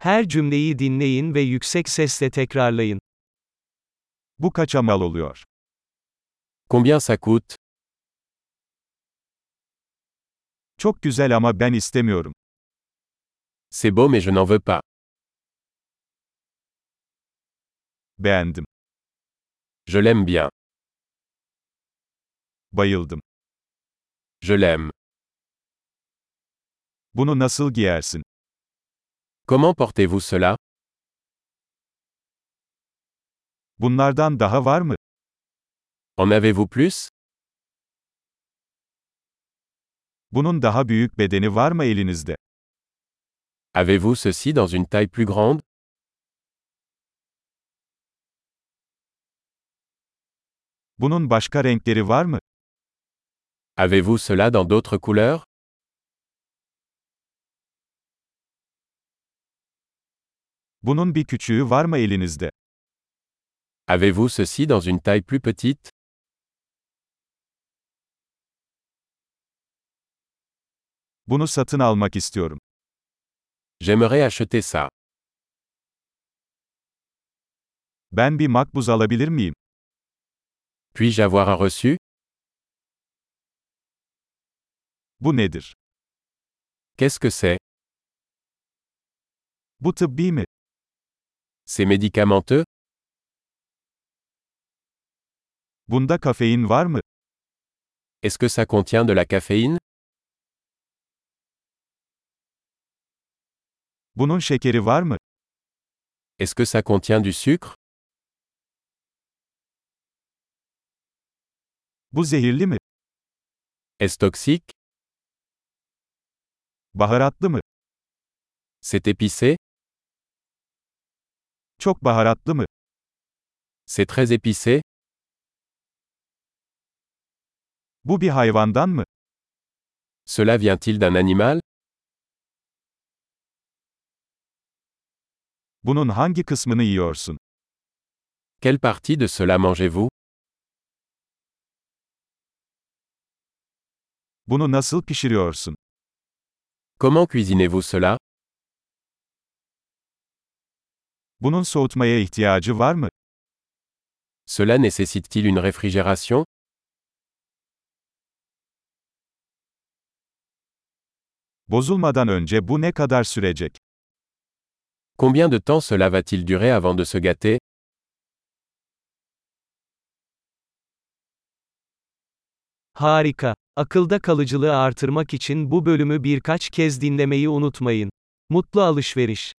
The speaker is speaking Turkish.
Her cümleyi dinleyin ve yüksek sesle tekrarlayın. Bu kaça mal oluyor? Combien ça coûte Çok güzel ama ben istemiyorum. C'est beau mais je n'en veux pas. Beğendim. Je l'aime bien. Bayıldım. Je l'aime. Bunu nasıl giyersin? Comment portez-vous cela Bunlardan daha var mı? En avez-vous plus Bunun daha büyük bedeni var mı elinizde? Avez-vous ceci dans une taille plus grande Bunun başka renkleri var mı? Avez-vous cela dans d'autres couleurs Bunun bir küçüğü var mı elinizde? Avez-vous ceci dans une taille plus petite Bunu satın almak istiyorum. J'aimerais acheter ça. Ben bir makbuz alabilir miyim? Puis-je avoir un reçu Bu nedir? Qu'est-ce que c'est Bu tıbbi mi? C'est médicamenteux Bunda kafein var mı? Est-ce que ça contient de la caféine Bunun şekeri var mı? Est-ce que ça contient du sucre Bu zehirli mi? Est-ce toxique Baharatlı mı? C'est épicé Çok baharatlı mı? C'est très épicé Bu bir hayvandan mı? Cela vient-il d'un animal Bunun hangi kısmını yiyorsun? Quelle partie de cela mangez-vous Bunu nasıl pişiriyorsun? Comment cuisinez-vous cela Bunun soğutmaya ihtiyacı var mı? Cela nécessite-t-il une réfrigération Bozulmadan önce bu ne kadar sürecek? Combien de temps cela va-t-il durer avant de se gâter Harika. Akılda kalıcılığı artırmak için bu bölümü birkaç kez dinlemeyi unutmayın. Mutlu alışveriş.